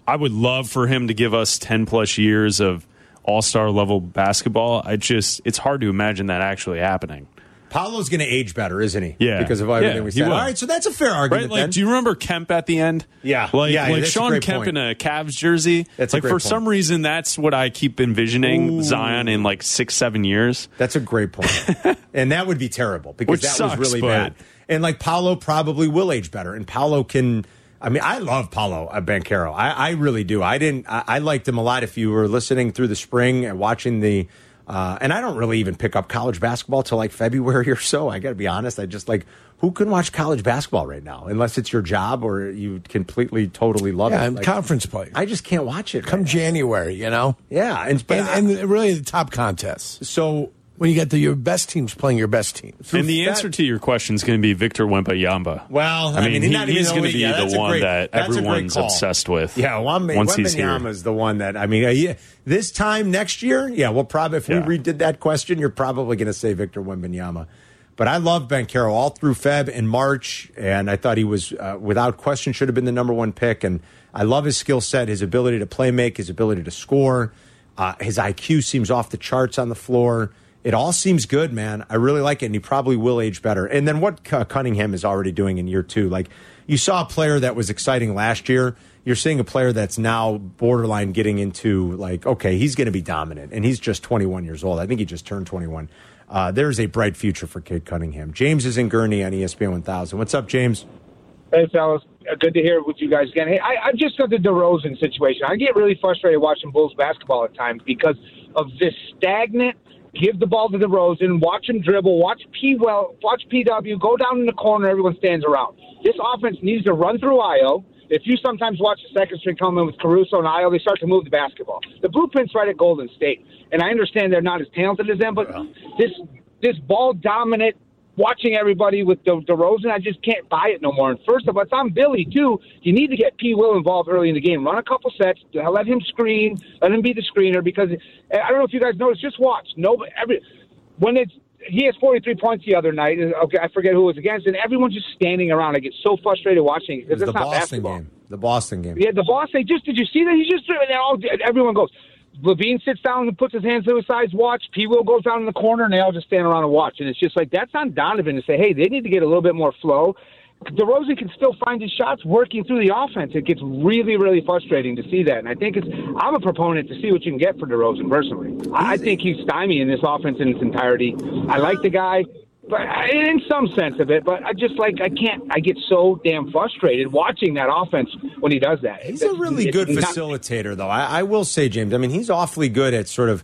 I would love for him to give us ten plus years of all star level basketball. I just it's hard to imagine that actually happening. Paolo's going to age better, isn't he? Yeah. Because of everything Yeah, we he said. All will. right, so that's a fair Right? argument. like, then. do you remember Kemp at the end? Yeah. Like, Yeah, like that's a Sean great Kemp point. in a Cavs jersey. That's a like great for point. some reason that's what I keep envisioning Zion in like six seven years. that's a great point. and that would be terrible because Which that sucks, was really but- bad. And like Paolo probably will age better. And Paolo can. I mean, I love Paolo uh, Banquero. I, I really do. I didn't. I, I liked him a lot. If you were listening through the spring and watching the. Uh, and I don't really even pick up college basketball till like February or so. I got to be honest. I just like who can watch college basketball right now unless it's your job or you completely totally love Yeah, it. and Like, conference player. I just can't watch it. Come right now. January, you know? Yeah, and but And, and really the top contests. so When you got the, your best teams playing your best teams. And the that- answer to your question is going to be Victor Wembanyama. well, I, I mean, mean, he- not even he's going only- to be yeah, that's the a one great- that that's a great everyone's call. obsessed with. Yeah, Wemby, once he's here. Wembanyama is the one that I mean. Uh, yeah, this time next year, yeah, we'll probably if Yeah. we redid that question, you're probably going to say Victor Wembanyama. But I love Bankero all through Feb and March, and I thought he was uh, without question should have been the number one pick, and I love his skill set, his ability to play make, his ability to score. Uh, his IQ seems off the charts on the floor. It all seems good, man. I really like it, and he probably will age better. And then what uh, Cunningham is already doing in year two, like you saw a player that was exciting last year. You're seeing a player that's now borderline getting into like, okay, he's going to be dominant, and he's just 21 years old. I think he just turned 21. Uh, there's a bright future for Kid Cunningham. James is in Gurney on E ESPN 1000. What's up, James? Hey, fellas. Uh, Good to hear what you guys again. Hey, I, I just got the DeRozan situation. I get really frustrated watching Bulls basketball at times because of this stagnant. Give the ball to DeRozan, watch him dribble, watch P well, watch PW go down in the corner. Everyone stands around. This offense needs to run through IO. If you sometimes watch the second string come in with Caruso and IO, they start to move the basketball. The blueprint's right at Golden State, and I understand they're not as talented as them, but this this ball dominant watching everybody with De- DeRozan, I just can't buy it no more. And first of all, it's on Billy too. You need to get P. Will involved early in the game. Run a couple sets. Let him screen. Let him be the screener because eh, I don't know if you guys noticed. Just watch. No, every when it's he has 43 points the other night. and, Okay, I forget who it was against, and everyone's just standing around. I get so frustrated watching It was because the it's not Boston basketball. game. The Boston game. Yeah, the boss. They just did you see that? He just and all everyone goes. Levine sits down and puts his hands to his sides, watch. P. Will goes down in the corner, and they all just stand around and watch. And it's just like that's on Donovan to say, hey, they need to get a little bit more flow. DeRozan can still find his shots working through the offense. It gets really, really frustrating to see that. And I think it's I'm a proponent to see what you can get for DeRozan personally. I I think he's stymie in this offense in its entirety. I like the guy but I- in some sense of it. But I just like I can't. I get so damn frustrated watching that offense when he does that. He's a really It's good not- facilitator, though. I, I will say, James. I mean, he's awfully good at sort of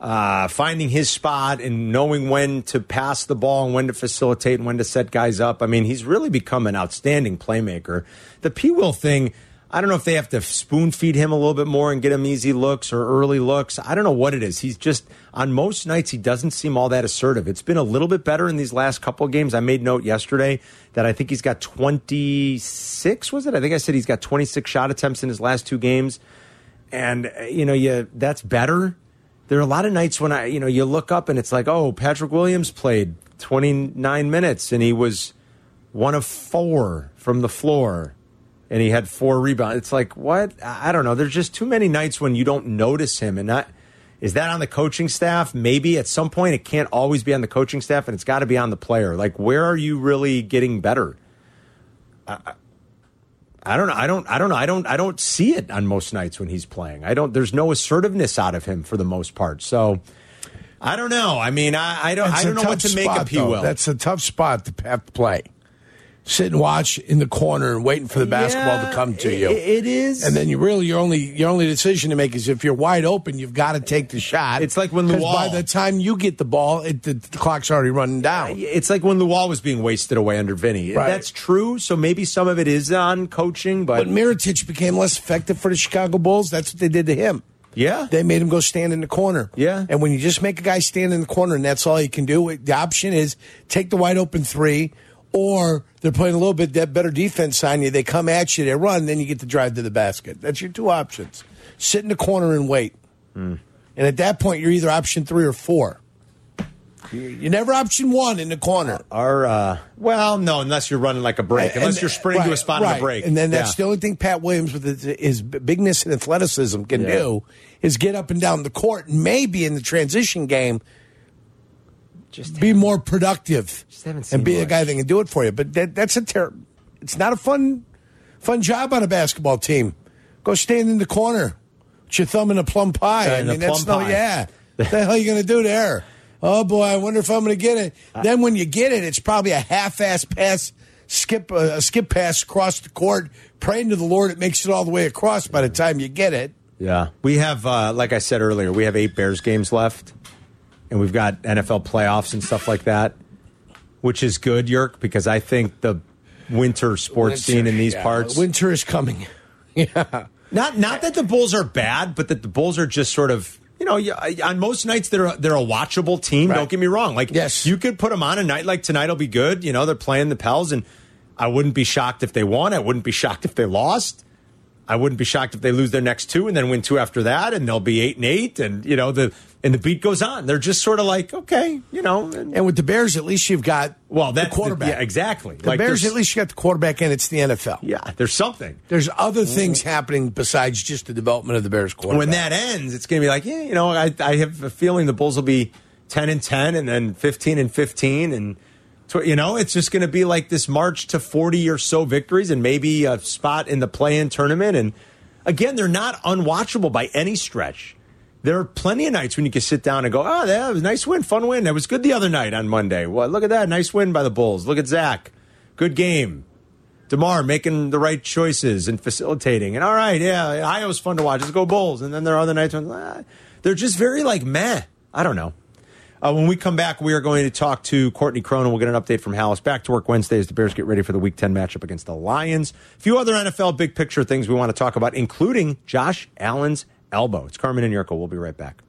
uh, finding his spot and knowing when to pass the ball and when to facilitate and when to set guys up. I mean, he's really become an outstanding playmaker. The P will thing. I don't know if they have to spoon feed him a little bit more and get him easy looks or early looks. I don't know what it is. He's just on most nights he doesn't seem all that assertive. It's been a little bit better in these last couple of games. I made note yesterday that I think he's got 26 was it? I think I said he's got 26 shot attempts in his last two games and uh, you know you that's better there are a lot of nights when i you know you look up and it's like oh patrick williams played 29 minutes and he was one of four from the floor and he had four rebounds it's like what i I don't know there's just too many nights when you don't notice him and not is that on the coaching staff maybe at some point it can't always be on the coaching staff and it's got to be on the player like where are you really getting better I don't know. I don't. I don't know. I don't. I don't see it on most nights when he's playing. I don't. There's no assertiveness out of him for the most part. So I don't know. I mean, I, I don't. That's I a don't know what tough to make spot, of P. though. Will. That's a tough spot to have to play. Sit and watch in the corner and waiting for the basketball to come to you. It, it is. and then you really your only your only decision to make is if you're wide open, you've got to take the shot. It's like when 'Cause Luol- by the time you get the ball, it, the, the clock's already running down. Uh, it's like when the wall was being wasted away under Vinny. Right. That's true. So maybe some of it is on coaching, but, But Miritich became less effective for the Chicago Bulls. That's what they did to him. yeah, They made him go stand in the corner. Yeah. And when you just make a guy stand in the corner and that's all he can do, it- the option is take the wide open three, or they're playing a little bit that better defense on you. They come at you, they run, then you get to drive to the basket. That's your two options. Sit in the corner and wait. Hmm. And at that point, you're either option three or four. You- You're never option one in the corner. are uh, well, no, unless you're running like a break, unless And- you're sprinting to a right, spot in right. a break, And then that's Yeah. the only thing Pat Williams with his, his bigness and athleticism can Yeah. do is get up and down the court and maybe in the transition game Just- be more productive haven't seen and be a much. guy that can do it for you. But that, that's a ter- it's not a fun fun job on a basketball team. Go stand in the corner with your thumb in a plum pie. Yeah, I in a mean, that's plum no, pie. yeah. What the hell are you going to do there? Oh boy, I wonder if I'm going to get it. then when you get it, it's probably a half-ass pass, skip uh, a skip pass across the court, praying to the Lord it makes it all the way across by the time you get it. Yeah. We have, uh, like I said earlier, we have eight Bears games left, and we've got NFL playoffs and stuff like that, which is good, Yerk, because I think the winter sports scene in these Yeah, parts. winter is coming. Not not that the Bulls are bad, but that the Bulls are just sort of you know you- on most nights they're a, they're a watchable team. Right. Don't get me wrong. Like Yes. you could put them on a night like tonight will be good. You know they're playing the Pels, and I wouldn't be shocked if they won. I wouldn't be shocked if they lost. I wouldn't be shocked if they lose their next two and then win two after that, and they'll be eight and eight, and you know the and the beat goes on. They're just sort of like, okay, you know, and, And with the Bears, at least you've got well, the that's quarterback. yeah, exactly. The Bears, there's- at least you got the quarterback, and it's the NFL. yeah, there's something. There's other things happening besides just the development of the Bears quarterback. When that ends, it's going to be like, yeah, you know, I, I have a feeling the Bulls will be ten and ten, and then fifteen and fifteen, and tw- you know, it's just going to be like this march to forty or so victories, and maybe a spot in the play-in tournament. And again, they're not unwatchable by any stretch. There are plenty of nights when you can sit down and go, oh, that was a nice win, fun win. That was good the other night on Monday. Well, look at that, nice win by the Bulls. Look at Zach, good game. Demar making the right choices and facilitating. And all right, yeah, Iowa's fun to watch. Let's go Bulls. And then there are other nights when ah, they're just very like meh. I don't know. Uh, when we come back, we are going to talk to Courtney Cronin. We'll get an update from Hallis. Back to work Wednesday as the Bears get ready for the Week 10 matchup against the Lions. A few other NFL big picture things we want to talk about, including Josh Allen's elbow. It's Carmen and Yurko. We'll be right back.